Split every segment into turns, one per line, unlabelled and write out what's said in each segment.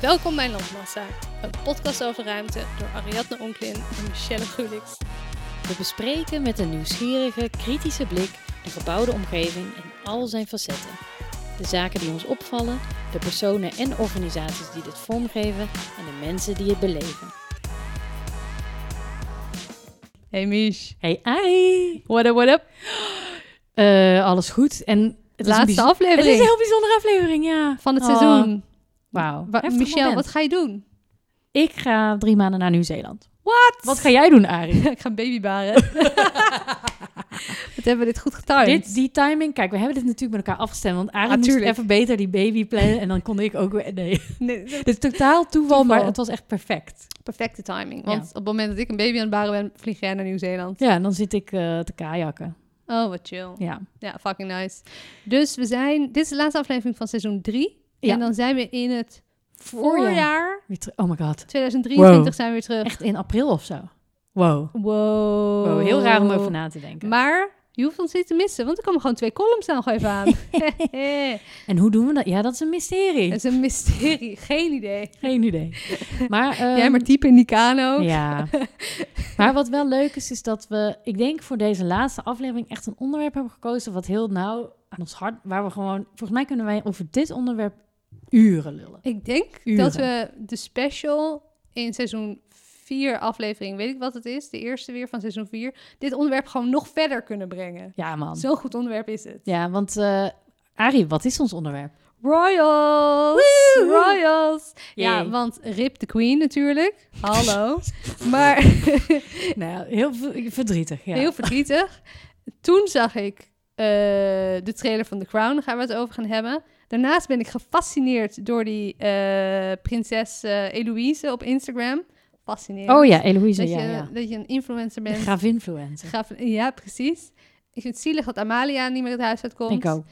Welkom bij Landmassa, een podcast over ruimte door Ariadne Onklin en Michelle Gulix.
We bespreken met een nieuwsgierige, kritische blik de gebouwde omgeving in al zijn facetten. De zaken die ons opvallen, de personen en organisaties die dit vormgeven en de mensen die het beleven.
Hey Mish,
Hey, ai!
what up, what up?
Eh, alles goed? En het is een
Laatste
bijz-
aflevering
Het is een heel bijzondere aflevering, ja.
van het
Oh,
seizoen.
Wauw.
Wa-
Heftig
Michelle,
moment.
wat ga je doen?
Ik ga drie maanden naar Nieuw-Zeeland. Wat? Wat ga jij doen, Arie?
ik ga babybaren. wat hebben we dit goed getimed?
Dit, die timing, kijk, we hebben dit natuurlijk met elkaar afgestemd. Want Arie
Ah,
moest
tuurlijk.
even beter die baby plannen. En dan kon ik ook weer... Nee,
Nee, dat
dit is totaal toeval, maar
Toeval.
het was echt perfect.
is perfecte timing.
Ja.
Want op het moment dat ik een baby aan het baren ben, vlieg jij naar Nieuw-Zeeland.
Ja, en dan zit ik eh, te kajakken.
Oh, wat chill.
Ja.
Ja, fucking nice. Dus we zijn, dit is de laatste aflevering van seizoen 3.
Ja.
En dan zijn we in het
Voorjaar.
voorjaar.
Weer terug. Oh my god.
2023
Wow.
zijn we weer terug.
Echt in april of zo. Wow.
Wow.
Wow, heel raar om over na te denken.
Maar je hoeft ons niet te missen, want er komen gewoon twee columns dan nog even aan.
en hoe doen we dat? Ja, dat is een mysterie.
Het is een mysterie, geen idee.
Geen idee. Maar, ehm,
Jij maar type in die kano.
Ja. maar wat wel leuk is, is dat we, ik denk voor deze laatste aflevering echt een onderwerp hebben gekozen wat heel nauw aan ons hart, waar we gewoon, volgens mij kunnen wij over dit onderwerp uren lullen.
Ik denk
Uren.
dat we de special in seizoen 4 aflevering, weet ik wat het is, de eerste weer van seizoen 4, dit onderwerp gewoon nog verder kunnen brengen.
Ja, man.
Zo'n goed onderwerp is het.
Ja, want eh Arie, wat is ons onderwerp?
Royals! Royals! Ja,
Yay.
want Rip de Queen natuurlijk. Hallo. maar
Nou, heel v- verdrietig. Ja.
heel verdrietig. Toen zag ik eh, de trailer van The Crown, daar gaan we het over gaan hebben. Daarnaast ben ik gefascineerd door die eh, prinses eh, Eloïse op Instagram. Fascinerend.
Oh ja, Eloïse,
dat,
ja,
je,
ja.
dat je een influencer
De
bent.
graaf influencer.
Gaaf- ja, precies. Ik vind het zielig dat Amalia niet meer het huis uitkomt.
Ik ook.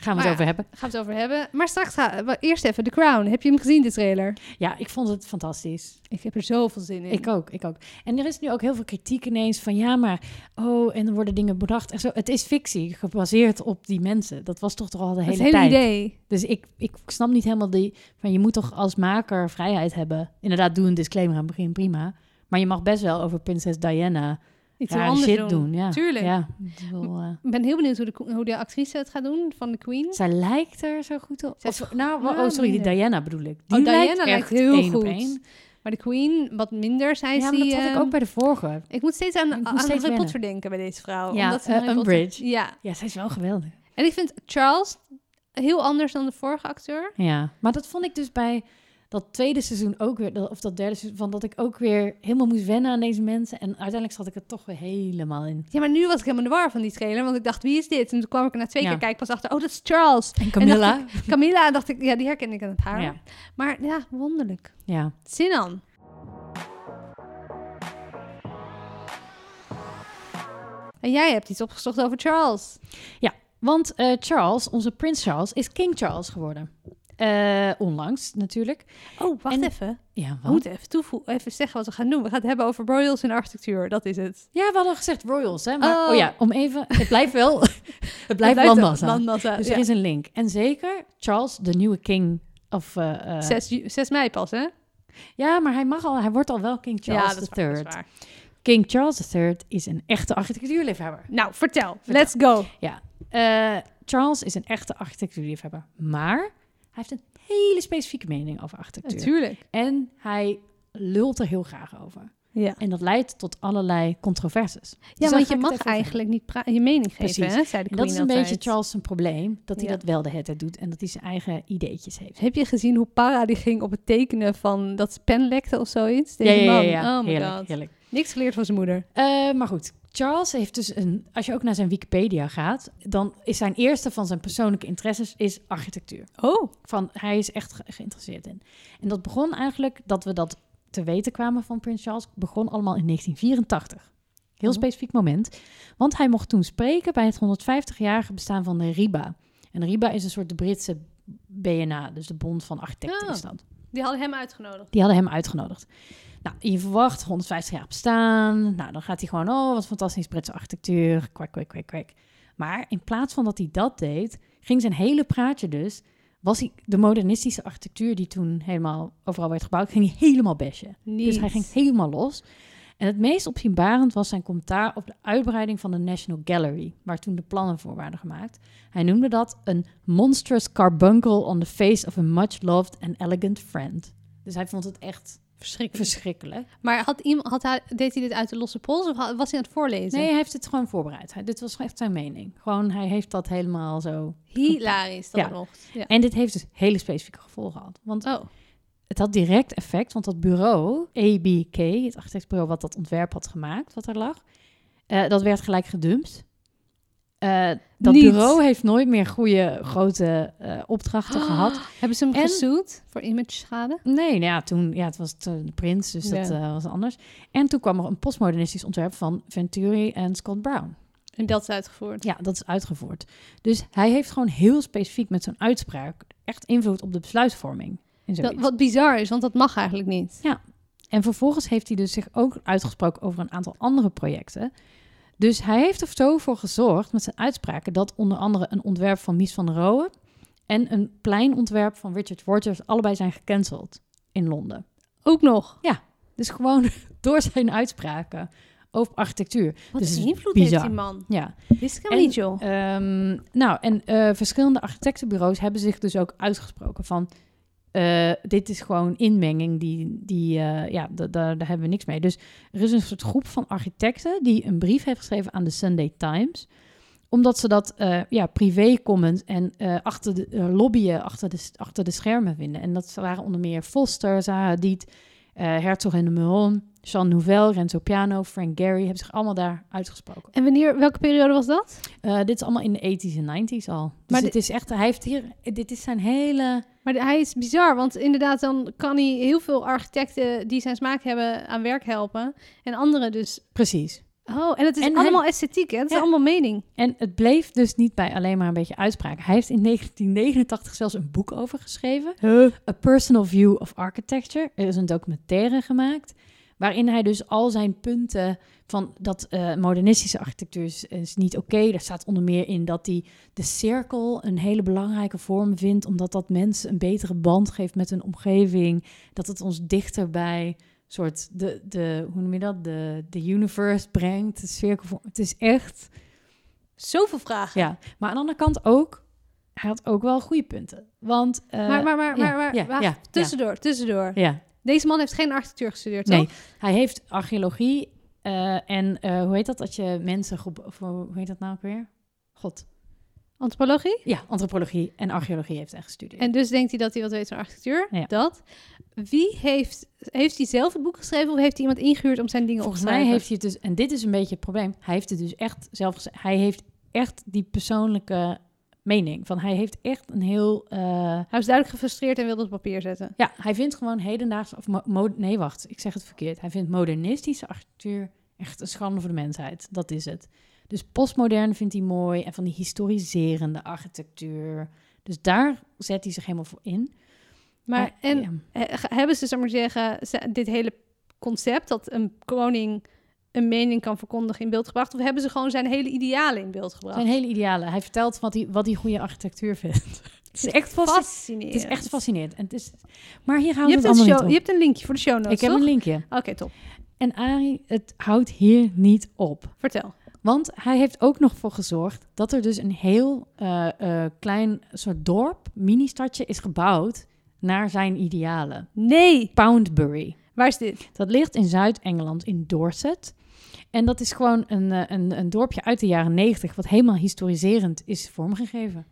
Gaan we
Maar
het
ja.
over hebben.
Gaan we het over hebben. Maar straks gaan we eerst even The Crown. Heb je hem gezien, de trailer?
Ja, ik vond het fantastisch.
Ik heb er zoveel zin in.
Ik ook, ik ook. En er is nu ook heel veel kritiek ineens van ja, maar oh, en er worden dingen bedacht en zo. Het is fictie, gebaseerd op die mensen. Dat was toch toch al de
het
hele
hele
tijd.
idee.
Dus ik, ik snap niet helemaal die van je moet toch als maker vrijheid hebben. Inderdaad, doe een disclaimer aan het begin, prima. Maar je mag best wel over prinses Diana
Iets
rare
anders
shit
doen.
doen. Ja,
Tuurlijk.
Ja, het is wel, eh,
Ik ben heel benieuwd hoe de, ko- hoe de actrice het gaat doen van de Queen.
zij lijkt er zo goed op.
Zij is
Of- nou, wa-
ja,
oh, sorry, die
minder.
Diana bedoel ik. Die
Oh, Diana lijkt
echt
heel
één op
goed.
één.
Maar de Queen, wat minder, zei
Ja,
ze.
maar dat had ik
ehm,
ook bij de vorige.
Ik moet steeds aan,
Ik moet
aan
steeds
Harry
wennen.
Potter denken bij deze vrouw.
Ja,
omdat ze
eh,
Harry Potter-
Umbridge.
Ja,
Ja, zij is wel geweldig.
en ik vind Charles heel anders dan de vorige acteur.
Ja, maar dat vond ik dus bij dat tweede seizoen ook weer, dat- of dat derde seizoen, van dat ik ook weer helemaal moest wennen aan deze mensen. En uiteindelijk zat ik er toch weer helemaal in.
Ja, maar nu was ik helemaal in de war van die trailer, want ik dacht, wie is dit? En toen kwam ik er na twee
Ja.
keer kijken pas achter, oh, dat is Charles.
En
Camilla? Camilla, en dacht ik, ja, die herken ik aan het haar.
Ja.
Maar ja, wonderlijk.
Ja.
Zin aan. En jij hebt iets opgezocht over Charles.
Want eh, Charles, onze prins Charles, is King Charles geworden. Eh, onlangs natuurlijk.
Oh, wacht
En-
even.
Ja,
We moeten even, toevoe- even zeggen wat we gaan doen. We gaan het hebben over royals en architectuur. Dat is het.
Ja, we hadden gezegd Royals, hè? Maar,
Oh.
oh. ja, om even... Het blijft wel... het blijft
Het
landmassa.
landmassa,
Dus
ja.
er is een link. En zeker Charles, de nieuwe king... Of, eh, eh,
6, ju- 6 mei pas, hè?
Ja, maar hij mag al... Hij wordt al wel King Charles
dat is waar, dat is
III.
waar.
King Charles III is een echte architectuurliefhebber.
Nou, vertel. Let's go.
Eh, Charles is een echte architectuurliefhebber, maar hij heeft een hele specifieke mening over architectuur.
Natuurlijk.
En hij lult er heel graag over.
Ja,
En dat leidt tot allerlei controversies.
ja want
daar ga
je
ik het
mag
even over
eigenlijk niet pra- je mening geven,
Precies.
hè? Zei de
En
queen
dat is een
altijd.
beetje Charles zijn probleem, dat hij
Ja.
dat wel de hele tijd doet en dat hij zijn eigen ideetjes heeft.
Heb je gezien hoe para die ging op het tekenen van dat ze pen lekte of zoiets? Deze man. Oh my
heerlijk,
god.
heerlijk.
Niks geleerd van zijn moeder.
Eh, maar goed, Charles heeft dus een... Als je ook naar zijn Wikipedia gaat, dan is zijn eerste van zijn persoonlijke interesses is architectuur.
Oh.
van hij is echt ge- geïnteresseerd in. En dat begon eigenlijk dat we dat te weten kwamen van Prins Charles, begon allemaal in 1984. Heel
Oh.
specifiek moment, want hij mocht toen spreken bij het 150-jarige bestaan van de RIBA. En RIBA is een soort de Britse BNA, dus de Bond van Architecten
Oh.
is dat.
Die hadden hem uitgenodigd.
Die hadden hem uitgenodigd. Nou, je verwacht 150 jaar bestaan. Nou, dan gaat hij gewoon, oh, wat fantastisch Britse architectuur. Kwek, kwek, kwek, kwek. Maar in plaats van dat hij dat deed, ging zijn hele praatje dus was hij de modernistische architectuur die toen helemaal overal werd gebouwd, ging hij helemaal bashen. Dus hij ging helemaal los. En het meest opzienbarend was zijn commentaar op de uitbreiding van de National Gallery, waar toen de plannen voor waren gemaakt. Hij noemde dat een monstrous carbuncle on the face of a much loved and elegant friend. Dus hij vond het echt
verschrikkelijk.
verschrikkelijk.
Maar had iemand, had hij, deed hij dit uit de losse pols of had- was hij aan het voorlezen?
Nee, hij heeft het gewoon voorbereid. Hij, dit was echt zijn mening. Gewoon, hij heeft dat helemaal zo.
Hilarisch dat
Ja.
nog. Ja.
En dit heeft dus hele specifieke gevolgen gehad. Want
Oh,
het had direct effect, want dat bureau, ABK, het architectbureau wat dat ontwerp had gemaakt, wat er lag, eh, dat werd gelijk gedumpt. Eh, dat
Niet.
bureau heeft nooit meer goede grote eh,
Ah.
opdrachten gehad.
hebben ze hem
En-
gesuwd voor image schade?
Nee, nou ja, toen, ja, het was toen de prins, dus dat
Ja.
eh, was anders. En toen kwam er een postmodernistisch ontwerp van Venturi en Scott Brown.
En dat is uitgevoerd.
Ja, dat is uitgevoerd. Dus hij heeft gewoon heel specifiek met zo'n uitspraak echt invloed op de besluitvorming. en
Dat,
zoiets.
wat bizar is, want dat mag eigenlijk niet.
En vervolgens heeft hij dus zich ook uitgesproken over een aantal andere projecten. Dus hij heeft er zo voor gezorgd met zijn uitspraken dat onder andere een ontwerp van Mies van der Rohe en een pleinontwerp van Richard Rogers allebei zijn gecanceld in Londen.
Ook nog.
Dus gewoon door zijn uitspraken over architectuur.
Wat
Dus
een
het is
invloed heeft
bizar.
die man.
Ja.
Wist ik helemaal
En-
niet, joh.
Ehm, nou, en eh, verschillende architectenbureaus hebben zich dus ook uitgesproken van... eh, dit is gewoon inmenging, die, die, eh, ja, da- daar- daar hebben we niks mee. Dus er is een soort groep van architecten die een brief heeft geschreven aan de Sunday Times. Omdat ze dat eh, ja, privé comment en eh, achter de, eh, lobbyen achter de, achter de schermen vinden. En dat waren onder meer Foster, Zaha Hadid, eh, Herzog en de Meuron, Jean Nouvel, Renzo Piano, Frank Gehry hebben zich allemaal daar uitgesproken.
En wanneer, welke periode was dat?
Eh, dit is allemaal in de 80s en 90s al. Dus
Maar
maar dit is echt, hij heeft hier, dit is zijn hele.
Maar de- hij is bizar, want inderdaad, dan kan hij heel veel architecten die zijn smaak hebben aan werk helpen. En anderen dus.
Precies.
Oh, en het is
En hij-
allemaal esthetiek, hè? Het is
Ja.
allemaal mening.
En het bleef dus niet bij alleen maar een beetje uitspraken. Hij heeft in 1989 zelfs een boek over geschreven. A Personal View of Architecture. Er is een documentaire gemaakt. Waarin hij dus al zijn punten van dat eh, modernistische architectuur is, is niet oké. Daar staat onder meer in dat hij de cirkel een hele belangrijke vorm vindt. Omdat dat mensen een betere band geeft met hun omgeving. Dat het ons dichter bij soort de, de hoe noem je dat? De, de universe brengt. De cirkel. Het is echt.
Zoveel vragen.
Ja, maar aan de andere kant ook, hij had ook wel goede punten. Want, eh,
maar, maar, maar,
ja,
maar, maar
ja,
wacht,
ja,
tussendoor, tussendoor.
ja, ja.
Deze man heeft geen architectuur gestudeerd,
nee,
toch?
hij heeft archeologie eh, en eh, hoe heet dat dat je mensen groep, of hoe hoe heet dat nou ook weer? God,
Antropologie?
ja, antropologie en archeologie heeft hij gestudeerd.
En dus denkt hij dat hij wat weet van architectuur.
Ja.
Dat. Wie heeft... Heeft hij zelf het boek geschreven of heeft hij iemand ingehuurd om zijn dingen
Volgens
op te
mij
schrijven?
heeft hij het dus, en dit is een beetje het probleem, hij heeft het dus echt zelf geze- Hij heeft echt die persoonlijke mening. Van hij heeft echt een heel. eh,
Hij was duidelijk gefrustreerd en wilde het op papier zetten.
ja, hij vindt gewoon hedendaagse. Of mo- mo- nee, wacht, ik zeg het verkeerd. Hij vindt modernistische architectuur echt een schande voor de mensheid. Dat is het. Dus postmodern vindt hij mooi en van die historiserende architectuur. Dus daar zet hij zich helemaal voor in.
Maar, en
ja.
eh, ge- hebben ze, zou ik maar zeggen, ze- dit hele concept dat een koning een mening kan verkondigen in beeld gebracht? Of hebben ze gewoon zijn hele idealen in beeld gebracht?
zijn hele idealen. Hij vertelt wat hij, wat hij goede architectuur vindt. het is echt fascinerend.
Fascinerend.
Het is echt fascinerend. En het is, maar hier
Je
houden we
hebt, een
het allemaal
show, je
niet op.
hebt een linkje voor de show notes,
Ik heb
toch?
een linkje.
Oké, top.
En Arie, het houdt hier niet op.
Vertel.
Want hij heeft ook nog voor gezorgd dat er dus een heel eh, eh, klein soort dorp, mini-stadje, is gebouwd naar zijn idealen.
Nee.
Poundbury.
Waar is dit?
Dat ligt in Zuid-Engeland, in Dorset. En dat is gewoon een, eh, een, een dorpje uit de jaren 90, wat helemaal historiserend is vormgegeven.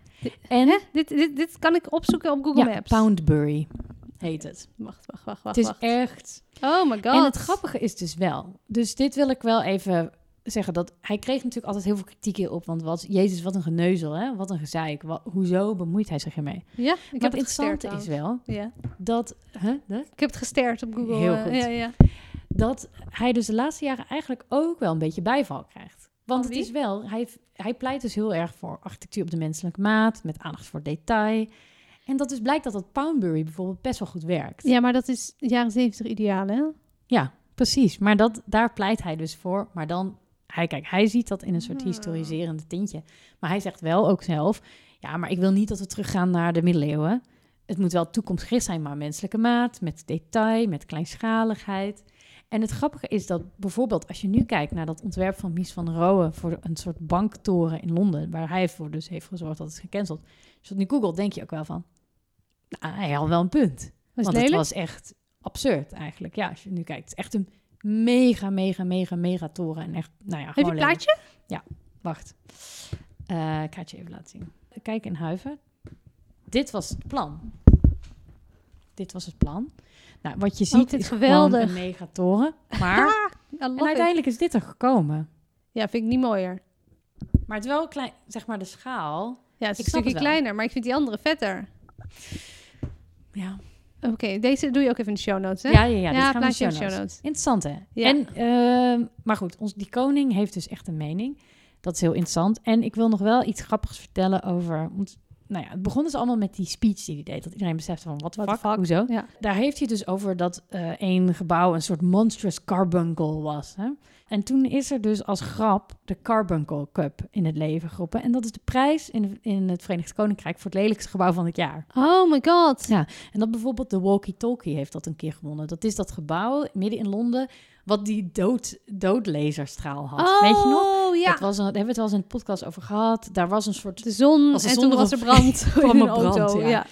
En
Hè? Dit, dit, dit kan ik opzoeken op Google
ja,
Maps.
Poundbury heet het.
Wacht, wacht, wacht, wacht.
Het is
wacht.
echt
Oh my god.
En het grappige is dus wel. Dus dit wil ik wel even zeggen. Dat hij kreeg natuurlijk altijd heel veel kritiek hierop. Want wat, Jezus, wat een geneuzel, hè? Wat een gezeik. Wa- hoezo bemoeit hij zich ermee?
Ja, ik
Maar
heb
het
het gesterd.
interessante
trouwens.
is wel
Ja.
dat, hè, de-
Ik heb het gesterd op Google.
Heel
eh,
goed.
Ja, ja.
dat hij dus de laatste jaren eigenlijk ook wel een beetje bijval krijgt. Want
Van
het
Oh, wie?
is wel, hij, hij pleit dus heel erg voor architectuur op de menselijke maat, met aandacht voor detail. En dat dus blijkt dat dat Poundbury bijvoorbeeld best wel goed werkt.
ja, maar dat is jaren zeventig ideaal, hè?
Ja, precies. Maar dat, daar pleit hij dus voor. Maar dan, hij, kijk, hij ziet dat in een soort
Hmm.
historiserende tintje. Maar hij zegt wel ook zelf, ja, Ja, maar ik wil niet dat we teruggaan naar de middeleeuwen. Het moet wel toekomstgericht zijn, maar menselijke maat, met detail, met kleinschaligheid. En het grappige is dat bijvoorbeeld als je nu kijkt naar dat ontwerp van Mies van Rohe voor een soort banktoren in Londen, waar hij voor dus heeft gezorgd dat het is gecanceld. Als je dat nu googelt, denk je ook wel van, nou, hij had wel een punt.
Was het
Want het
lelijk?
was echt absurd eigenlijk. Ja, als je nu kijkt, het is echt een mega, mega, mega, mega toren. En echt, nou ja,
Heb je
gewoon
een
lelijk.
plaatje?
Wacht. Eh, ik ga het je even laten zien. Kijk in Huiven. Dit was het plan. Dit was het plan. Nou, wat je
Wat
ziet
dit
is geweldig.
geweldig.
een megatoren. Maar
Ja,
en uiteindelijk is dit er gekomen.
ja, vind ik niet mooier.
Maar het is wel klein, zeg maar de schaal.
Ja, het is een
Ik snap
stukje
het wel.
kleiner, maar ik vind die andere vetter.
Ja,
Oké, deze doe je ook even in de show notes, hè?
ja, ja. ja, dit
ja
gaan we in de
plaatje
show
in de
notes.
show notes.
Interessant, hè?
Ja.
En, ehm, maar goed, ons, die koning heeft dus echt een mening. Dat is heel interessant. En ik wil nog wel iets grappigs vertellen over... want, nou ja, het begon dus allemaal met die speech die hij deed. Dat iedereen besefte van, wat
What
fuck,
the fuck?
hoezo?
Ja.
Daar heeft hij dus over dat eh één gebouw een soort monstrous carbuncle was. Hè? En toen is er dus als grap de Carbuncle Cup in het leven geroepen. En dat is de prijs in, in het Verenigd Koninkrijk voor het lelijkste gebouw van het jaar.
Oh my god.
Ja. En dat bijvoorbeeld de Walkie Talkie heeft dat een keer gewonnen. Dat is dat gebouw midden in Londen wat die dood, doodlaserstraal had.
Oh,
Weet je nog?
ja.
Dat was een, daar hebben we het wel eens in de podcast over gehad. Daar was een soort...
de zon
Als de
en
zon
toen
erop
was er brand
kwam
in een
er brand,
auto.
ja.
Ja.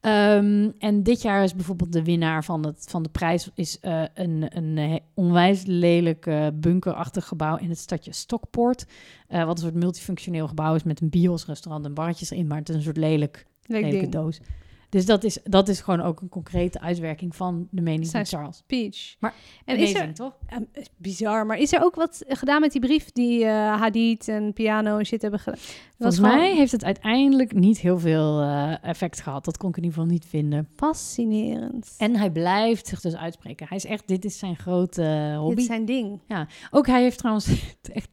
Ehm, en dit jaar is bijvoorbeeld de winnaar van, het, van de prijs... is eh, een, een eh, onwijs lelijk eh, bunkerachtig gebouw in het stadje Stockport. Eh, wat een soort multifunctioneel gebouw is met een bios, restaurant en barretjes erin. Maar het is een soort lelijk
Leuk
lelijke
ding.
doos. Dus dat is, dat is gewoon ook een concrete uitwerking van de mening
Zijn-
van Charles.
Peach.
Maar-
en is
Amazing,
er,
toch?
ehm, is bizar, maar is er ook wat gedaan met die brief die eh, Hadid en piano en shit hebben gedaan? Dat was
Volgens
gewoon
mij heeft het uiteindelijk niet heel veel eh, effect gehad. Dat kon ik in ieder geval niet vinden.
fascinerend.
En hij blijft zich dus uitspreken. Hij is echt, dit is zijn grote eh,
Dit is
hobby.
zijn ding.
Ook hij heeft trouwens echt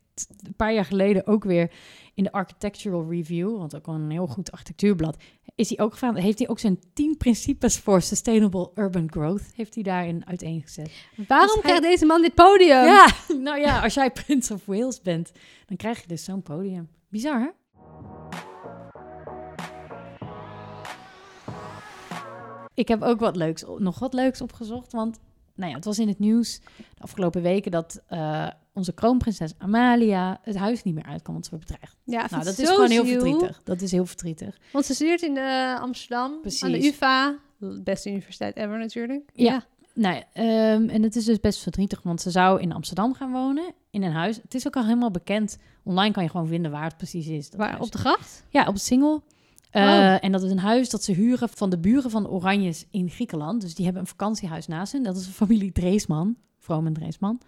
een paar jaar geleden ook weer in de Architectural Review, want ook wel een heel goed architectuurblad, is hij ook gevraagd, heeft hij ook zijn 10 principes voor Sustainable Urban Growth, heeft hij daarin uiteengezet.
Waarom
hij-
krijgt deze man dit podium?
Ja, nou ja, als jij Prince of Wales bent, dan krijg je dus zo'n podium. Bizar, hè? Ik heb ook wat leuks, nog wat leuks opgezocht, want nou ja, het was in het nieuws de afgelopen weken dat eh, onze kroonprinses Amalia het huis niet meer uit kan, want ze wordt bedreigd.
Ja, ik vind
Nou, dat
het
is
zo
gewoon heel
ziel.
verdrietig. Dat is heel verdrietig.
Want ze studeert in eh, Amsterdam, aan de
Precies.
UvA. Beste universiteit ever natuurlijk.
Ja. Nou, ja, ehm, en het is dus best verdrietig, want ze zou in Amsterdam gaan wonen, in een huis. Het is ook al helemaal bekend. Online kan je gewoon vinden waar het precies is. dat
Waar,
huis.
op de gracht?
Ja, op het single. Eh,
Oh.
En dat is een huis dat ze huren van de buren van de Oranjes in Griekenland. Dus die hebben een vakantiehuis naast hen. Dat is de familie Dreesman, Vroom en Dreesman.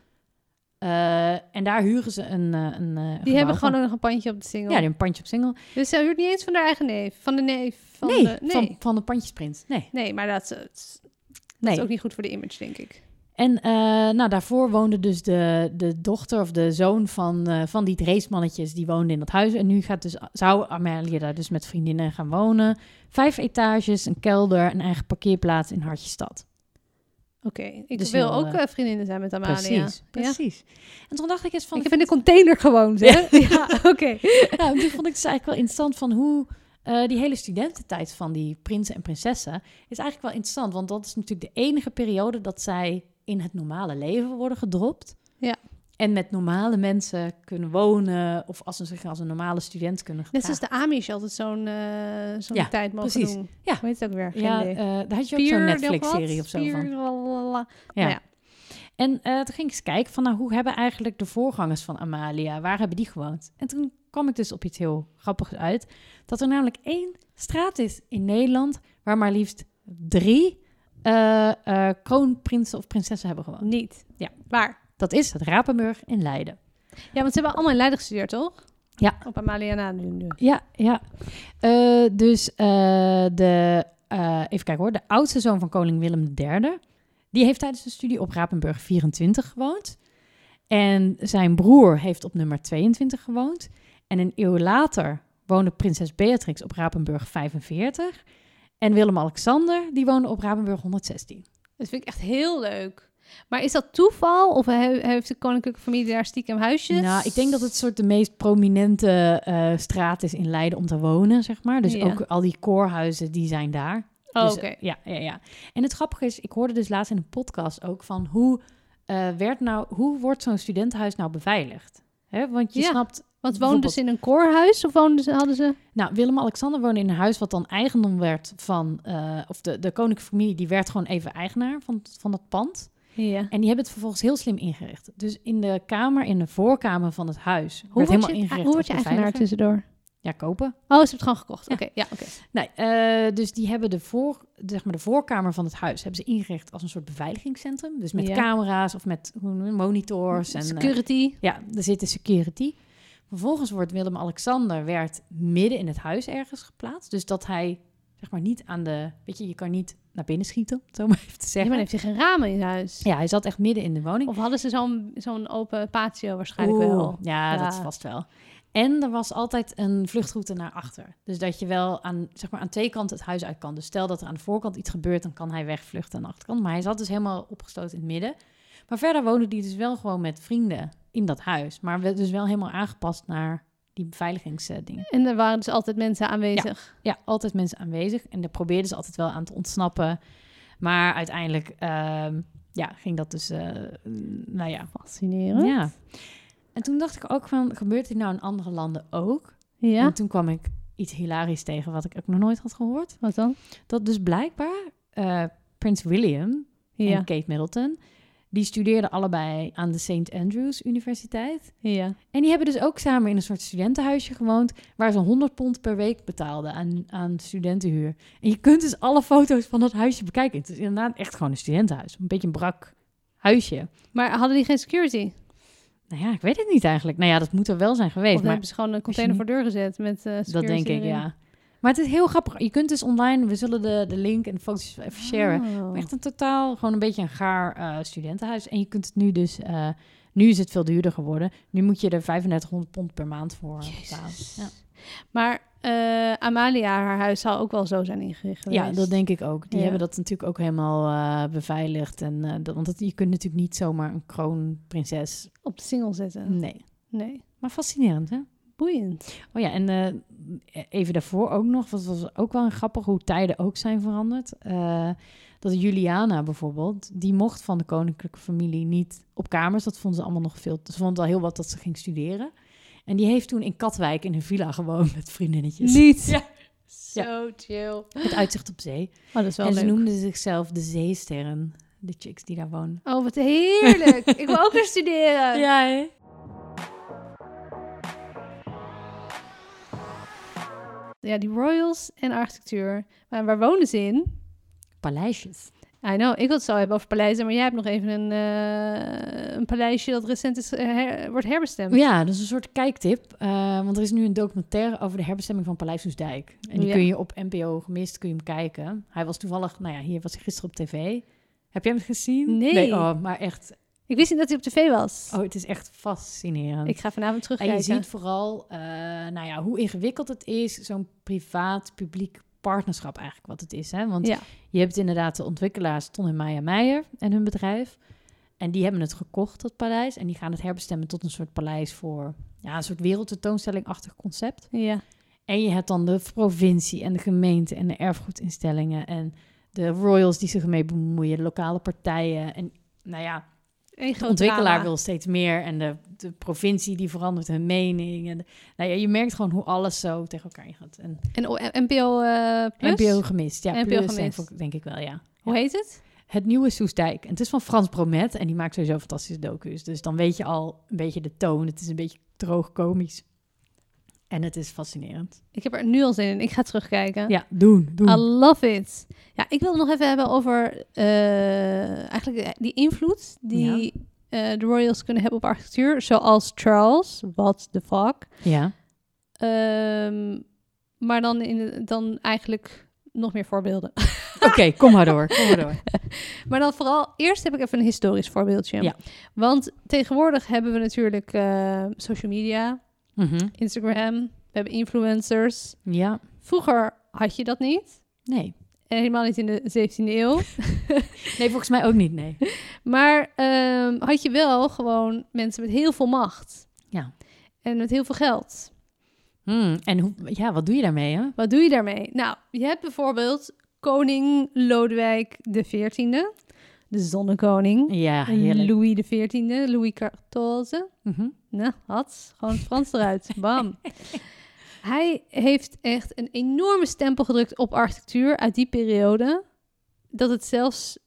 Eh, en daar huren ze een, eh, een eh,
Die
gebouw
hebben
van.
gewoon nog een pandje op de
Ja,
single.
die hebben een pandje op single.
Dus ze huurt niet eens van haar eigen neef. Van de neef. Van
nee,
de, nee.
Van, van de pandjesprins. Nee.
nee, maar dat, is- dat is- dat
nee.
is ook niet goed voor de image, denk ik.
En eh, nou, daarvoor woonde dus de, de dochter of de zoon van, eh, van die dreesmannetjes. Die woonde in dat huis. En nu gaat dus, zou Amelia daar dus met vriendinnen gaan wonen. Vijf etages, een kelder, een eigen parkeerplaats in Hartjestad.
Oké, ik
Dus
wil
heel,
ook
eh,
eh, vriendinnen zijn met Amalia.
Precies,
Ja.
precies. En toen dacht ik eens van...
Ik heb in een container gewoond, hè? Ja, oké.
nou, toen vond ik het dus eigenlijk wel interessant van hoe... eh, die hele studententijd van die prinsen en prinsessen is eigenlijk wel interessant. Want dat is natuurlijk de enige periode dat zij in het normale leven worden gedropt.
Ja.
En met normale mensen kunnen wonen. Of als ze zich als een normale student kunnen
Net
gedragen.
zoals de Amish altijd zo'n eh zo'n
Ja,
tijd mogen
precies.
doen.
Ja.
Hoe heet het ook weer? Geen
Ja,
idee.
eh, daar had je ook
Spier,
zo'n
nog
Netflix-serie
wat?
of zo
Spier,
van.
lalalala.
Ja.
Nou ja.
En eh, toen ging ik eens kijken van nou, hoe hebben eigenlijk de voorgangers van Amalia, waar hebben die gewoond? En toen kwam ik dus op iets heel grappigs uit. Dat er namelijk één straat is in Nederland waar maar liefst drie eh, eh, kroonprinsen of prinsessen hebben gewoond.
Niet.
Ja.
Waar?
Dat is het Rapenburg in Leiden.
Ja, want ze hebben allemaal in Leiden gestudeerd, toch?
Ja.
Op Amalia na nu. nu.
Ja, ja. Eh, dus eh, de, eh, even kijken hoor, de oudste zoon van koning Willem III, die heeft tijdens de studie op Rapenburg 24 gewoond. En zijn broer heeft op nummer 22 gewoond. En een eeuw later woonde prinses Beatrix op Rapenburg 45. En Willem-Alexander, die woonde op Rapenburg 116.
Dat vind ik echt heel leuk. Maar is dat toeval? Of he- heeft de koninklijke familie daar stiekem huisjes?
Nou, ik denk dat het soort de meest prominente eh, straat is in Leiden om te wonen, zeg maar. Dus
Ja.
ook al die koorhuizen, die zijn daar.
Oh,
Dus,
Oké.
eh, ja, ja, ja. En het grappige is, ik hoorde dus laatst in een podcast ook van hoe, eh, werd nou, hoe wordt zo'n studentenhuis nou beveiligd? Hè, want je
Ja.
snapt,
Want woonden ze in een koorhuis? Of woonden ze, hadden ze...
nou, Willem-Alexander woonde in een huis wat dan eigendom werd van, eh, of de, de koninklijke familie, die werd gewoon even eigenaar van, van dat pand.
Ja.
En die hebben het vervolgens heel slim ingericht. Dus in de kamer, in de voorkamer van het huis,
Hoe
werd
word
helemaal
je,
ingericht.
hoe word
als
je eigenaar
beveiliger.
tussendoor?
Ja, kopen.
Oh, ze hebben het gewoon gekocht. Oké, ja, oké.
Nee, eh, dus die hebben de, voor, zeg maar de voorkamer van het huis hebben ze ingericht als een soort beveiligingscentrum. Dus met
Ja.
camera's of met hoe noem je, monitors. En, eh,
Security.
ja, er zit de security. Vervolgens wordt Willem-Alexander werd midden in het huis ergens geplaatst. Dus dat hij zeg maar niet aan de... Weet je, je kan niet naar binnen schieten, om het zo maar even te
Ja, maar
zeggen.
dan
Ja,
heeft hij geen ramen in huis.
hij zat echt midden in de woning.
Of hadden ze zo'n zo'n open patio waarschijnlijk
Oeh,
wel.
Ja,
Ja.
dat is vast wel. En er was altijd een vluchtroute naar achter. Dus dat je wel aan, zeg maar, aan twee kanten het huis uit kan. Dus stel dat er aan de voorkant iets gebeurt, dan kan hij wegvluchten aan de achterkant. Maar hij zat dus helemaal opgesloten in het midden. Maar verder woonde hij dus wel gewoon met vrienden in dat huis. Maar we- dus wel helemaal aangepast naar die beveiligingsding.
En er waren dus altijd mensen aanwezig.
Ja, altijd mensen aanwezig. En daar probeerden ze altijd wel aan te ontsnappen. Maar uiteindelijk ehm, ja, ging dat dus, eh, nou ja,
Fascinerend.
ja. En toen dacht ik ook van, gebeurt dit nou in andere landen ook?
Ja,
En toen kwam ik iets hilarisch tegen wat ik ook nog nooit had gehoord.
wat dan?
Dat dus blijkbaar eh, Prins William en
Ja,
Kate Middleton, die studeerden allebei aan de St. Andrews Universiteit.
ja.
En die hebben dus ook samen in een soort studentenhuisje gewoond, waar ze 100 pond per week betaalden aan, aan studentenhuur. En je kunt dus alle foto's van dat huisje bekijken. Het is inderdaad echt gewoon een studentenhuis. Een beetje een brak huisje.
Maar hadden die geen security?
Nou ja, ik weet het niet eigenlijk. Nou ja, dat moet er wel zijn
Of
geweest. maar
hebben ze gewoon een container voor deur gezet met eh,
Dat
security
denk ik,
erin?
ja. Maar het is heel grappig. Je kunt dus online, we zullen de, de link en de foto's even sharen.
Oh.
Maar Echt een totaal, gewoon een beetje een gaar eh, studentenhuis. En je kunt het nu dus, eh, nu is het veel duurder geworden. Nu moet je er 3500 pond per maand voor eh, betalen. Ja.
Maar eh, Amalia, haar huis zou ook wel zo zijn ingericht
ja,
geweest.
dat denk ik ook. Die
Ja.
hebben dat natuurlijk ook helemaal eh, beveiligd. En, eh, dat, want dat, je kunt natuurlijk niet zomaar een kroonprinses.
Op de single zetten.
Nee.
Nee.
Maar fascinerend, hè?
Boeiend.
Oh ja, en eh, even daarvoor ook nog, wat was ook wel grappig hoe tijden ook zijn veranderd. Eh, dat Juliana bijvoorbeeld, die mocht van de koninklijke familie niet op kamers. Dat vonden ze allemaal nog veel. Ze vonden al heel wat dat ze ging studeren. En die heeft toen in Katwijk in een villa gewoond met vriendinnetjes.
Niet.
Ja.
Zo chill.
Met uitzicht op zee.
Oh, dat is wel
en ze
leuk.
noemden zichzelf de zeesterren. De chicks die daar wonen.
Oh, wat heerlijk. ik wil ook weer studeren.
Ja,
Ja, die royals en architectuur. Maar waar wonen ze in?
Paleisjes.
I know, ik wil het zo hebben over paleizen, maar jij hebt nog even een, eh, een paleisje dat recent is, eh, her- wordt herbestemd.
Oh Ja, dat is een soort kijktip. eh, want er is nu een documentaire over de herbestemming van Paleis Soesdijk. En die
Ja.
kun je op NPO gemist, kun je hem kijken. Hij was toevallig, nou ja, hier was hij gisteren op tv. Heb jij hem gezien?
Nee.
oh, maar echt,
Ik wist niet dat hij op tv was.
oh, het is echt fascinerend.
Ik ga vanavond
en je
terugkijken.
ziet vooral, eh, nou ja, hoe ingewikkeld het is, zo'n privaat-publiek partnerschap eigenlijk wat het is. Hè? Want
Ja.
je hebt inderdaad de ontwikkelaars Ton en Maya Meijer en hun bedrijf. En die hebben het gekocht, dat paleis. En die gaan het herbestemmen tot een soort paleis voor ja, een soort wereldtentoonstelling-achtig concept.
Ja.
En je hebt dan de provincie en de gemeente en de erfgoedinstellingen en de royals die zich ermee bemoeien, de lokale partijen. En nou ja,
Een
de
groot
ontwikkelaar
drama.
wil steeds meer en de, de provincie die verandert hun mening. En de- nou ja, je merkt gewoon hoe alles zo tegen elkaar ingaat. En
En o- en NPO eh, Plus?
NPO gemist, ja,
NPO
plus
gemist.
Denk, ik- denk ik wel, ja.
Hoe heet het?
Het nieuwe Soesdijk. En het is van Frans Bromet en die maakt sowieso fantastische docu's. Dus dan weet je al een beetje de toon. Het is een beetje droog komisch. En het is fascinerend.
Ik heb er nu al zin in. Ik ga terugkijken.
Ja, doen, doen.
I love it. Ja, ik wil het nog even hebben over eh, eigenlijk die invloed die eh, de royals kunnen hebben op architectuur. Zoals Charles, what the fuck.
Ja.
Ehm, maar dan, in, de- dan eigenlijk nog meer voorbeelden.
Oké, kom maar door. Kom maar door.
Maar dan vooral, eerst heb ik even een historisch voorbeeldje.
Ja.
Want tegenwoordig hebben we natuurlijk eh, social media, Instagram, we hebben influencers.
Mhm. Ja,
Vroeger had je dat niet.
nee.
En helemaal niet in de 17e eeuw.
Nee, volgens mij ook niet, nee.
Maar ehm, had je wel gewoon mensen met heel veel macht.
Ja.
En met heel veel geld.
Hmm, en hoe, ja, wat doe je daarmee, hè?
Wat doe je daarmee? Nou, je hebt bijvoorbeeld koning Lodewijk XIV. De zonnekoning.
Ja,
en
heerlijk.
Louis XIV, Louis XIV.
Mhm.
Nou, had. Gewoon het Frans eruit. Bam. Hij heeft echt een enorme stempel gedrukt op architectuur uit die periode. Dat het zelfs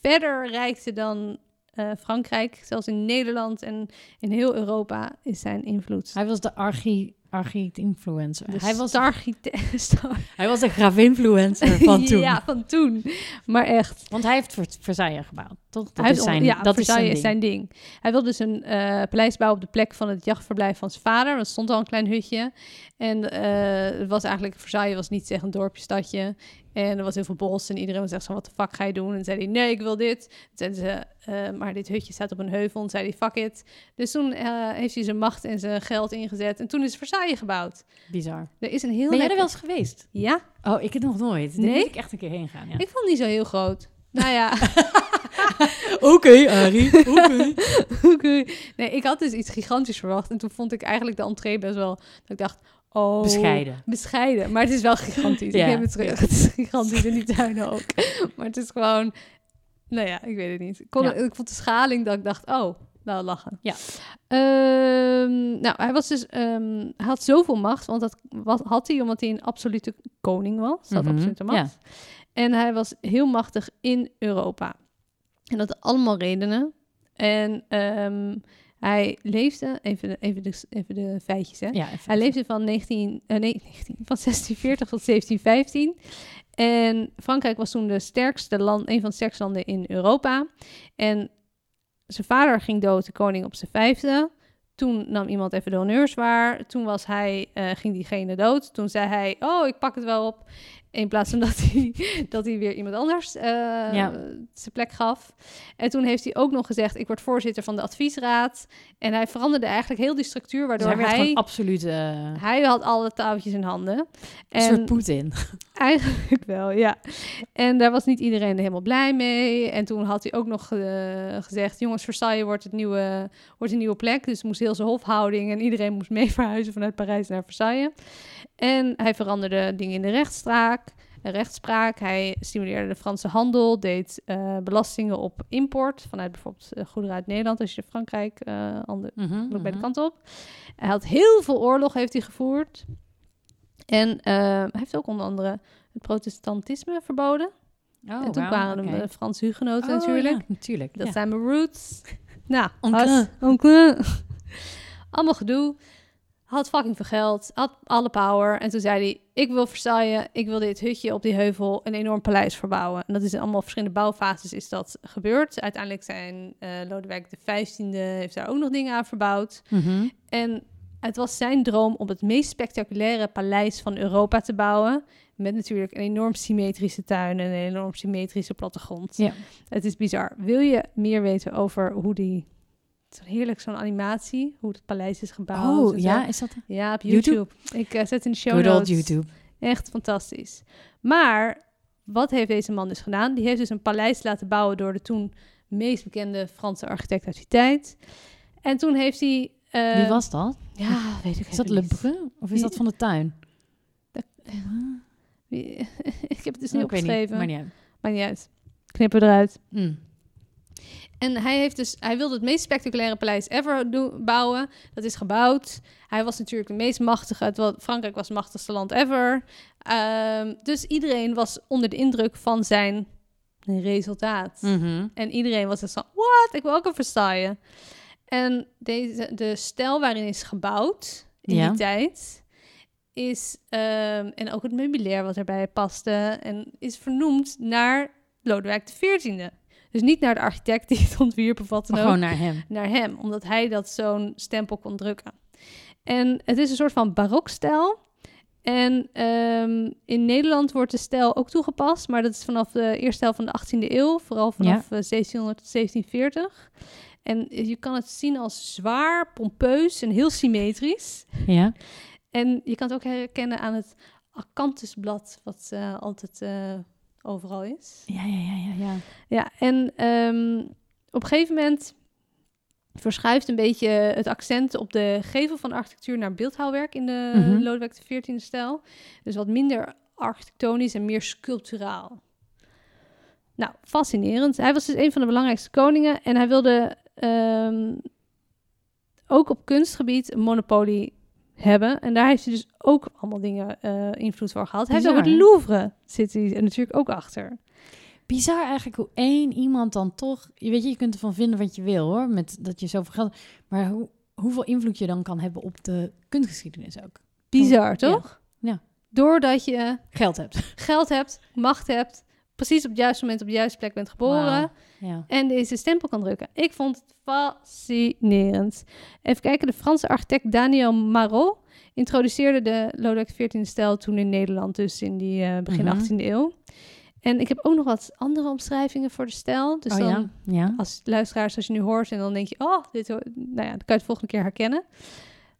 verder reikte dan eh, Frankrijk. Zelfs in Nederland en in heel Europa is zijn invloed.
Hij was de archi, archi-influencer.
De
hij, was,
stararchitect- star-
hij was de graf-influencer van toen.
ja, van toen. Maar echt.
Want hij heeft Ver- Versailles gebouwd, toch? Dat
Hij
is
is
zijn,
on- ja,
dat
Versailles
is zijn ding.
Hij wilde dus een eh, paleis bouwen op de plek van het jachtverblijf van zijn vader. want Er stond al een klein hutje. En eh, het was eigenlijk, Versailles was niet echt een dorpje, stadje. En er was heel veel bos en iedereen was echt zo, wat de fuck ga je doen? En zei hij, nee, ik wil dit. Toen zeiden ze, eh, maar dit hutje staat op een heuvel. En zei hij, fuck it. Dus toen eh, heeft hij zijn macht en zijn geld ingezet. En toen is Versailles gebouwd.
Bizar.
Er is een heel
Ben jij er
lekker-
wel eens geweest?
Ja,
Oh, ik heb nog nooit. Daar
Nee?
moet ik echt een keer heen gaan, ja.
ik vond het niet zo heel groot. Nou ja...
Oké, Arie. Oké.
Oké. Nee, ik had dus iets gigantisch verwacht. En toen vond ik eigenlijk de entree best wel... Dat ik dacht, oh...
Bescheiden.
Bescheiden. Maar het is wel gigantisch.
Ja.
Ik heb het terug. Het is gigantisch in die tuinen ook. Maar het is gewoon... Nou ja, ik weet het niet. Ik, kon-
Ja.
ik vond de schaling dat ik dacht, oh... Nou, lachen.
Ja.
Ehm, nou, hij was dus, ehm, hij had zoveel macht, want dat wat had hij omdat hij een absolute koning was. Dat
Mhm,
absolute macht. En hij was heel machtig in Europa. En dat had allemaal redenen. En ehm, hij leefde, even, de- even, de, even de feitjes hè.
Ja,
Hij leefde van, 19, eh, nee, 19, van 1640 tot 1715. En Frankrijk was toen de sterkste land, een van de sterkste landen in Europa. En zijn vader ging dood, de koning op zijn vijfde. Toen nam iemand even de honneurs waar. Toen was hij, eh, ging diegene dood. Toen zei hij, oh, ik pak het wel op. In plaats van dat hij, dat hij weer iemand anders eh,
Ja.
zijn plek gaf. En toen heeft hij ook nog gezegd, ik word voorzitter van de adviesraad. En hij veranderde eigenlijk heel die structuur,
Dus
waardoor
hij werd
hij...
gewoon absoluut eh,
Hij had alle touwtjes in handen.
een soort
En Mhm,
Poetin.
eigenlijk wel, ja. En daar was niet iedereen helemaal blij mee. En toen had hij ook nog eh, gezegd... jongens, Versailles wordt, het nieuwe, wordt een nieuwe plek. Dus moest heel zijn hofhouding... en iedereen moest mee verhuizen vanuit Parijs naar Versailles. En hij veranderde dingen in de rechtspraak... Rechtspraak. Hij stimuleerde de Franse handel, deed eh, belastingen op import vanuit bijvoorbeeld eh, goederen uit Nederland, als je naar Frankrijk eh ander,
Mhm,
ook bij de
mhm.
kant op. Hij had heel veel oorlog heeft hij gevoerd. En eh, hij heeft ook onder andere het protestantisme verboden.
Oh,
en toen
wauw,
kwamen
oké.
de Franse hugenoten
Oh,
natuurlijk.
ja, natuurlijk.
Dat
ja.
zijn mijn roots. nou,
Enclin.
had- enclin. Allemaal gedoe. Had fucking veel geld. Had alle power. En toen zei hij, ik wil Versailles. Ik wil dit hutje op die heuvel een enorm paleis verbouwen. En dat is in allemaal verschillende bouwfases is dat gebeurd. Uiteindelijk zijn eh Lodewijk XV heeft daar ook nog dingen aan verbouwd.
Mhm.
En het was zijn droom om het meest spectaculaire paleis van Europa te bouwen. Met natuurlijk een enorm symmetrische tuin en een enorm symmetrische plattegrond.
Ja.
Het is bizar. Wil je meer weten over hoe die... Zo heerlijk, zo'n animatie. Hoe het paleis is gebouwd.
Oh,
en zo.
ja, is dat...
Ja, op
YouTube?
YouTube. Ik eh, zet in de show
Good old
notes.
YouTube.
Echt fantastisch. Maar wat heeft deze man dus gedaan? Die heeft dus een paleis laten bouwen door de toen meest bekende Franse architect uit die tijd. En toen heeft hij... eh,
Wie was dat?
ja, weet ik
Is dat
even niet.
Lebrun? Of is dat
Wie-
van de tuin?
Wie- ik heb het dus
Oh, ik weet
niet
niet,
opgeschreven.
maar niet uit.
Maakt niet uit. Knippen we eruit.
Mm.
Hmm.
En hij, heeft dus, hij wilde het meest spectaculaire paleis ever doen- bouwen. Dat is gebouwd. Hij was natuurlijk de meest machtige. Het wa- Frankrijk was het machtigste land ever. Ehm, dus iedereen was onder de indruk van zijn resultaat.
Mhm.
En iedereen was dus van, wat? Ik wil ook een Versailles. En deze, de stijl waarin is gebouwd in
Ja.
die tijd is, ehm, en ook het meubilair wat erbij paste, en is vernoemd naar Lodewijk XIV. Dus niet naar de architect die het ontwierp of wat dan
Maar
ook
gewoon naar hem.
naar hem, omdat hij dat zo'n stempel kon drukken. En het is een soort van barokstijl. En ehm, in Nederland wordt de stijl ook toegepast, maar dat is vanaf de eerste helft van de 18e eeuw, vooral vanaf eh, 1700 tot 1740. En je kan het zien als zwaar, pompeus en heel symmetrisch.
Ja.
En je kan het ook herkennen aan het acanthusblad, wat eh, altijd eh, overal is.
Ja, ja, ja, ja. ja.
Ja, en ehm, op een gegeven moment verschuift een beetje het accent op de gevel van architectuur naar beeldhouwwerk in de
Mhm.
Lodewijk XIV stijl. Dus wat minder architectonisch en meer sculpturaal. Nou, fascinerend. Hij was dus een van de belangrijkste koningen en hij wilde ehm, ook op kunstgebied een monopolie hebben. En daar heeft hij dus ook allemaal dingen eh, invloed voor gehad. Hij heeft ook het
Bizar, hè?
Louvre, zit hij er natuurlijk ook achter.
Bizar eigenlijk hoe één iemand dan toch... Je weet je, je kunt ervan vinden wat je wil hoor, met dat je zoveel geld... Maar hoe, hoeveel invloed je dan kan hebben op de kunstgeschiedenis ook.
Bizar, toch?
Ja.
Doordat je
Geld hebt.
geld hebt, macht hebt, precies op het juiste moment op de juiste plek bent geboren
Wauw. Ja.
en deze stempel kan drukken. Ik vond het fascinerend. Even kijken, de Franse architect Daniel Marot introduceerde de Lodewijk XIV-stijl toen in Nederland, dus in die eh, begin
Mhm.
18e eeuw. En ik heb ook nog wat andere omschrijvingen voor de stijl. Dus
oh
dan
ja? Ja.
als luisteraars, als je nu hoort en dan denk je, oh, dit, hoor- nou ja, dan kan je het volgende keer herkennen.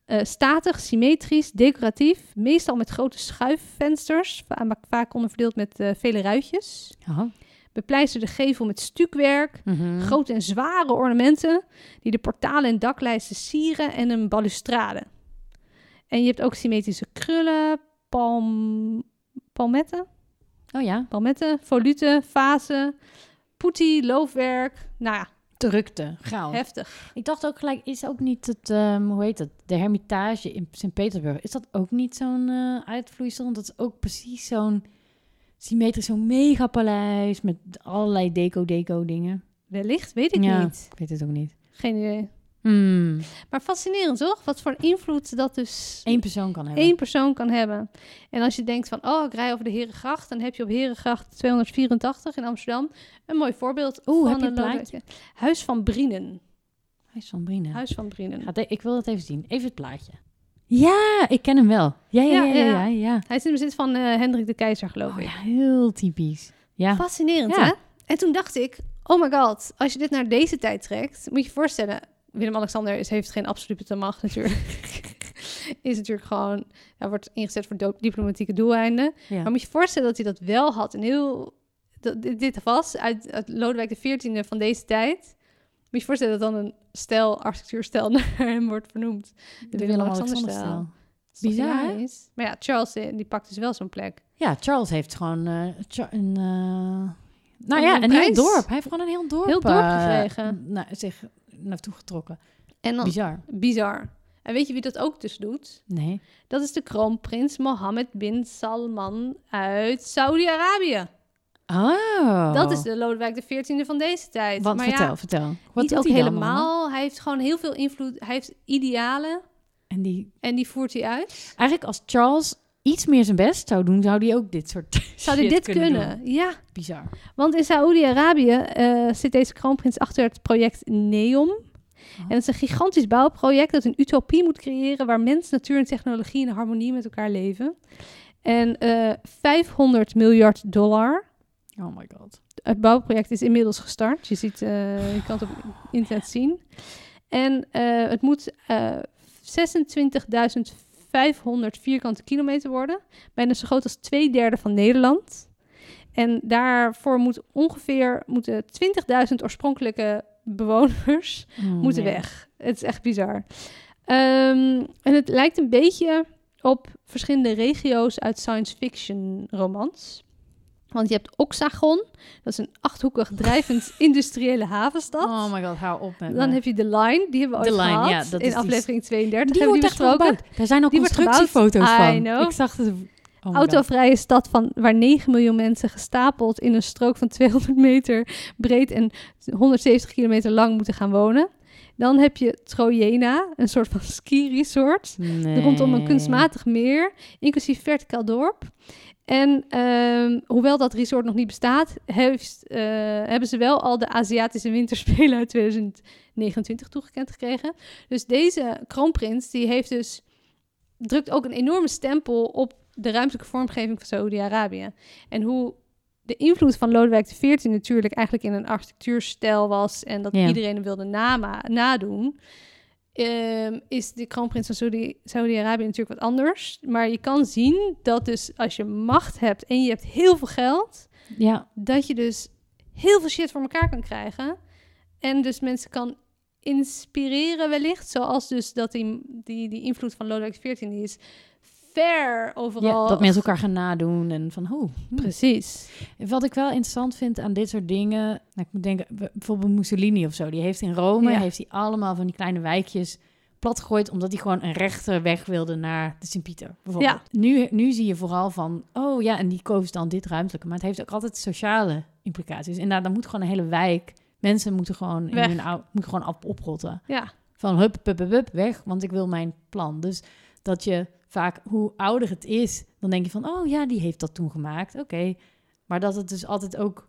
Eh, statig, symmetrisch, decoratief, meestal met grote schuifvensters, va- maar vaak onderverdeeld met eh, vele ruitjes.
Ja.
Bepleisterde gevel met stukwerk,
Mhm.
grote en zware ornamenten die de portalen en daklijsten sieren en een balustrade. En je hebt ook symmetrische krullen, palm, palmetten,
Oh ja.
palmetten, voluten, vazen, poetie, loofwerk. Nou ja,
Drukte. Gauw.
heftig.
Ik dacht ook gelijk, is ook niet het, ehm, hoe heet het, de Hermitage in Sint-Petersburg, is dat ook niet zo'n eh uitvloeisel? Want dat is ook precies zo'n symmetrisch, zo'n megapaleis met allerlei deco-deco dingen.
Wellicht, weet ik
Ja.
niet.
Ik weet het ook niet.
Geen idee.
Hmm.
Maar fascinerend, toch? Wat voor een invloed dat dus
Eén persoon kan hebben.
één persoon kan hebben. En als je denkt van, oh, ik rij over de Herengracht, dan heb je op Herengracht 284 in Amsterdam een mooi voorbeeld.
Oeh,
van
heb je
een
het plaatje?
Lodewijk- Huis van Brienen.
Hij is van Brina.
Huis van Brienen.
Gaat- e- ik wil dat even zien. Even het plaatje. Ja, ik ken hem wel. Ja, ja, ja, ja. ja, ja.
Hij is in bezit van eh, Hendrik de Keizer, geloof
Oh
ik.
ja, heel typisch. Ja.
Fascinerend,
Ja.
hè? En toen dacht ik, oh my god, als je dit naar deze tijd trekt, moet je je voorstellen, Willem-Alexander is- heeft geen absolute macht natuurlijk. is natuurlijk gewoon, hij wordt ingezet voor do- diplomatieke doeleinden.
Ja.
Maar moet je je voorstellen dat hij dat wel had. En heel, dat, dit, dit was uit, uit Lodewijk XIV van deze tijd. Moet je je voorstellen dat dan een stijl, architectuurstijl, naar hem wordt vernoemd. De, Willem-Alexander-stijl. Dat is toch
Bizar, hè?
nice? Maar ja, Charles eh, die pakt dus wel zo'n plek.
Ja, Charles heeft gewoon eh, Cha- een. eh,
Een
nou ja, een heel
prijs.
dorp. Hij heeft gewoon een heel dorp.
Heel dorp
eh,
gekregen.
naar, zich naartoe getrokken.
En dan,
Bizar.
bizar. En weet je wie dat ook dus doet?
Nee.
Dat is de kroonprins Mohammed bin Salman uit Saudi-Arabië.
Oh.
Dat is de Lodewijk XIV van deze tijd.
Want
maar
vertel,
ja,
vertel. Wat
niet
doet
ook
hij dan
helemaal.
allemaal?
Hij heeft gewoon heel veel invloed. Hij heeft idealen
En die,
en die voert hij uit.
eigenlijk als Charles iets meer zijn best zou doen, zou hij ook dit soort.
Zou hij
shit
dit kunnen?
doen.
Ja,
Bizar.
want in Saudi-Arabië eh, zit deze kroonprins achter het project NEOM. En het is een gigantisch bouwproject dat een utopie moet creëren waar mens, natuur en technologie in harmonie met elkaar leven. En eh 500 miljard dollar
Oh my god.
Het bouwproject is inmiddels gestart. Je ziet, eh, je kan het op internet zien. En eh, het moet eh 26.500 vierkante kilometer worden. Bijna zo groot als twee derde van Nederland. En daarvoor moet ongeveer moeten 20.000 oorspronkelijke bewoners
Oh,
moeten
nee.
weg. Het is echt bizar. Ehm, en het lijkt een beetje op verschillende regio's uit science fiction romans. Want je hebt Oxagon, dat is een achthoekig drijvend industriële havenstad.
Oh my god, hou op met
Dan
me.
heb je de Line, die hebben we
The
ooit
Line,
gehad
ja, dat
in
is die-
aflevering 32.
die
hebben
wordt
we
echt
besproken.
gebouwd. Daar zijn al
Die wordt gebouwd.
constructiefoto's
I
van.
know.
Ik zag het. oh my god.
Autovrije stad van, waar 9 miljoen mensen gestapeld in een strook van 200 meter breed en 170 kilometer lang moeten gaan wonen. Dan heb je Trojena, een soort van ski-resort.
Nee.
rondom een kunstmatig meer, inclusief verticaal dorp. En ehm, hoewel dat resort nog niet bestaat, heeft, eh, hebben ze wel al de Aziatische Winterspelen uit 2029 toegekend gekregen. Dus deze kroonprins, die heeft dus, drukt ook een enorme stempel op de ruimtelijke vormgeving van Saudi-Arabië. En hoe de invloed van Lodewijk XIV natuurlijk eigenlijk in een architectuurstijl was en dat
Ja.
iedereen hem wilde nama- nadoen, ehm, is de kroonprins van Saudi- Saudi-Arabië natuurlijk wat anders. Maar je kan zien dat dus als je macht hebt en je hebt heel veel geld,
Ja,
dat je dus heel veel shit voor elkaar kan krijgen. En dus mensen kan inspireren wellicht. Zoals dus dat die, die, die invloed van Lodewijk XIV die is ver overal. Hm.
dat mensen elkaar gaan nadoen en van hoe.
Precies.
Wat ik wel interessant vind aan dit soort dingen, nou, ik moet denken b- bijvoorbeeld Mussolini of zo, die heeft in Rome
Ja.
heeft hij allemaal van die kleine wijkjes platgegooid omdat hij gewoon een rechter weg wilde naar de Sint-Pieter. Bijvoorbeeld. Nu, nu zie je vooral van, oh ja, en die koos dan dit ruimtelijke, maar het heeft ook altijd sociale implicaties. Inderdaad, dan moet gewoon een hele wijk, mensen moeten gewoon in
Weg.
hun ou- moeten gewoon op- oprotten
Ja,
van hup, hup, hup, hup, weg, want ik wil mijn plan. Dus dat je vaak, hoe ouder het is, dan denk je van, oh ja, die heeft dat toen gemaakt, oké. Maar dat het dus altijd ook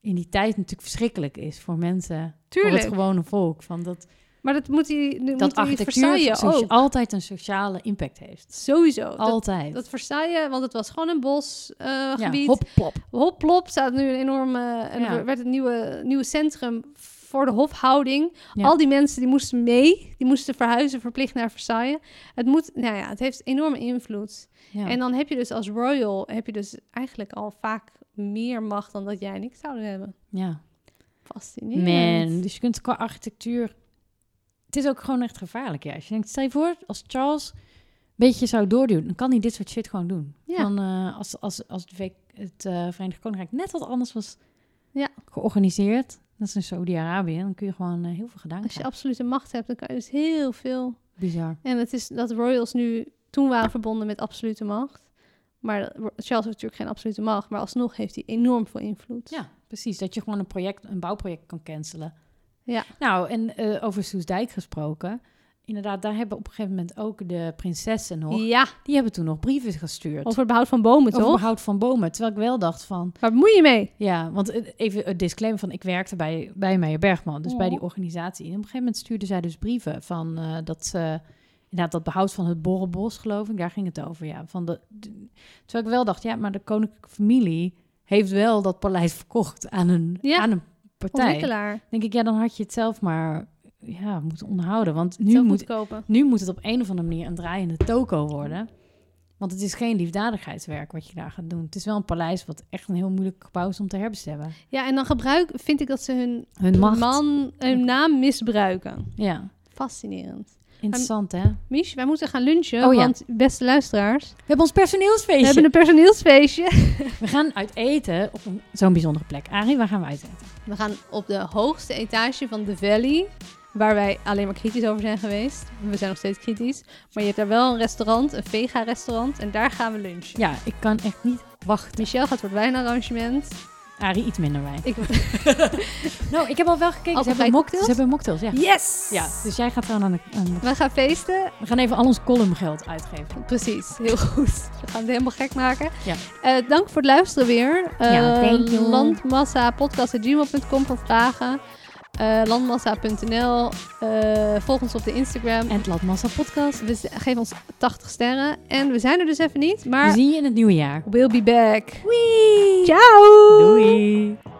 in die tijd natuurlijk verschrikkelijk is voor mensen,
tuurlijk.
voor het gewone volk. Van dat,
maar dat moet die, dat
Oh, dat
moet die
architectuur
Versailles
socia-
ook.
altijd een sociale impact heeft.
Sowieso. Dat-
Altijd.
Dat Versailles, want het was gewoon een bosgebied.
ja,
gebied.
hop, plop.
Hopplop staat nu een enorme... En
Ja.
er werd het nieuwe, nieuwe centrum voor de hofhouding.
Ja.
Al die mensen die moesten mee. Die moesten verhuizen verplicht naar Versailles. Het moet... Nou ja, het heeft enorme invloed.
Ja.
En dan heb je dus als royal... heb je dus eigenlijk al vaak meer macht dan dat jij en ik zouden hebben.
ja.
Fascinerend.
Man, dus je kunt qua architectuur... Het is ook gewoon echt gevaarlijk, ja. Als je denkt, stel je voor, als Charles een beetje zou doorduwen, dan kan hij dit soort shit gewoon doen.
Ja.
Van, eh, als, als, als de Ve- het eh, Verenigd Koninkrijk net wat anders was
Ja.
georganiseerd, dat is in Saudi-Arabië, dan kun je gewoon eh, heel veel gedaan
Als je
krijgen.
absolute macht hebt, dan kan je dus heel veel...
Bizar.
En het is dat royals nu toen waren verbonden met absolute macht. Maar Charles heeft natuurlijk geen absolute macht, maar alsnog heeft hij enorm veel invloed.
Ja, precies. Dat je gewoon een project, een bouwproject kan cancelen.
Ja.
Nou, en eh, over Soesdijk gesproken. Inderdaad, daar hebben op een gegeven moment ook de prinsessen nog.
Ja,
Die hebben toen nog brieven gestuurd.
over het behoud van bomen
over
toch?
behoud van bomen. Terwijl ik wel dacht van,
Waar bemoei je mee?
ja, want eh, even een disclaimer van, ik werkte bij, bij Meijer Bergman, dus bij die organisatie. En op een gegeven moment stuurden zij dus brieven van eh, dat ze, inderdaad, dat behoud van het borrelbos, geloof ik, daar ging het over, ja. Van de, de- terwijl ik wel dacht, ja, maar de koninklijke familie heeft wel dat paleis verkocht aan een,
Ja,
aan een partij.
Ontwikkelaar.
Denk ik, ja, dan had je het zelf maar, ja, moeten onderhouden, want nu
Zelf
moet,
moet kopen.
nu moet het op een of andere manier een draaiende toko worden. Want het is geen liefdadigheidswerk wat je daar gaat doen. Het is wel een paleis wat echt een heel moeilijk gebouw is om te herbestemmen.
Ja, en dan gebruik, vind ik dat ze hun
Hun macht.
man, hun naam misbruiken.
Ja,
Fascinerend.
interessant hè. We
Mich, wij moeten gaan lunchen,
Oh ja.
want beste luisteraars,
hebben ons personeelsfeestje.
we
We,
hebben een personeelsfeestje.
gaan uit eten op een- zo'n bijzondere plek. Arie, waar gaan we uit eten?
We gaan op de hoogste etage van de Valley, waar wij alleen maar kritisch over zijn geweest. We zijn nog steeds kritisch, maar je hebt daar wel een restaurant, een vega-restaurant, en daar gaan we lunchen.
Ja, ik kan echt niet wachten.
Michel gaat voor het wijnarrangement.
Arie, iets minder wijn.
Ik...
Nou, ik heb al wel gekeken. Ze hebben,
Appelfijn
mocktails?
cocktails?
ze hebben mocktails, ja.
Yes!
Ja, dus jij gaat gewoon aan de... aan de-
We gaan feesten
We gaan even al ons columngeld uitgeven.
Precies, heel goed. We gaan het helemaal gek maken.
Ja.
Eh, dank voor het luisteren weer. Eh
Ja, thank you.
Landmassapodcast.gmail.com voor vragen. Eh, landmassa.nl. Eh, volg ons op de Instagram.
En het Latmassa podcast.
We z- geef ons 80 sterren. En we zijn er dus even niet,
We
maar
zien je in het nieuwe jaar.
we'll be back.
Wee!
Ciao!
Doei!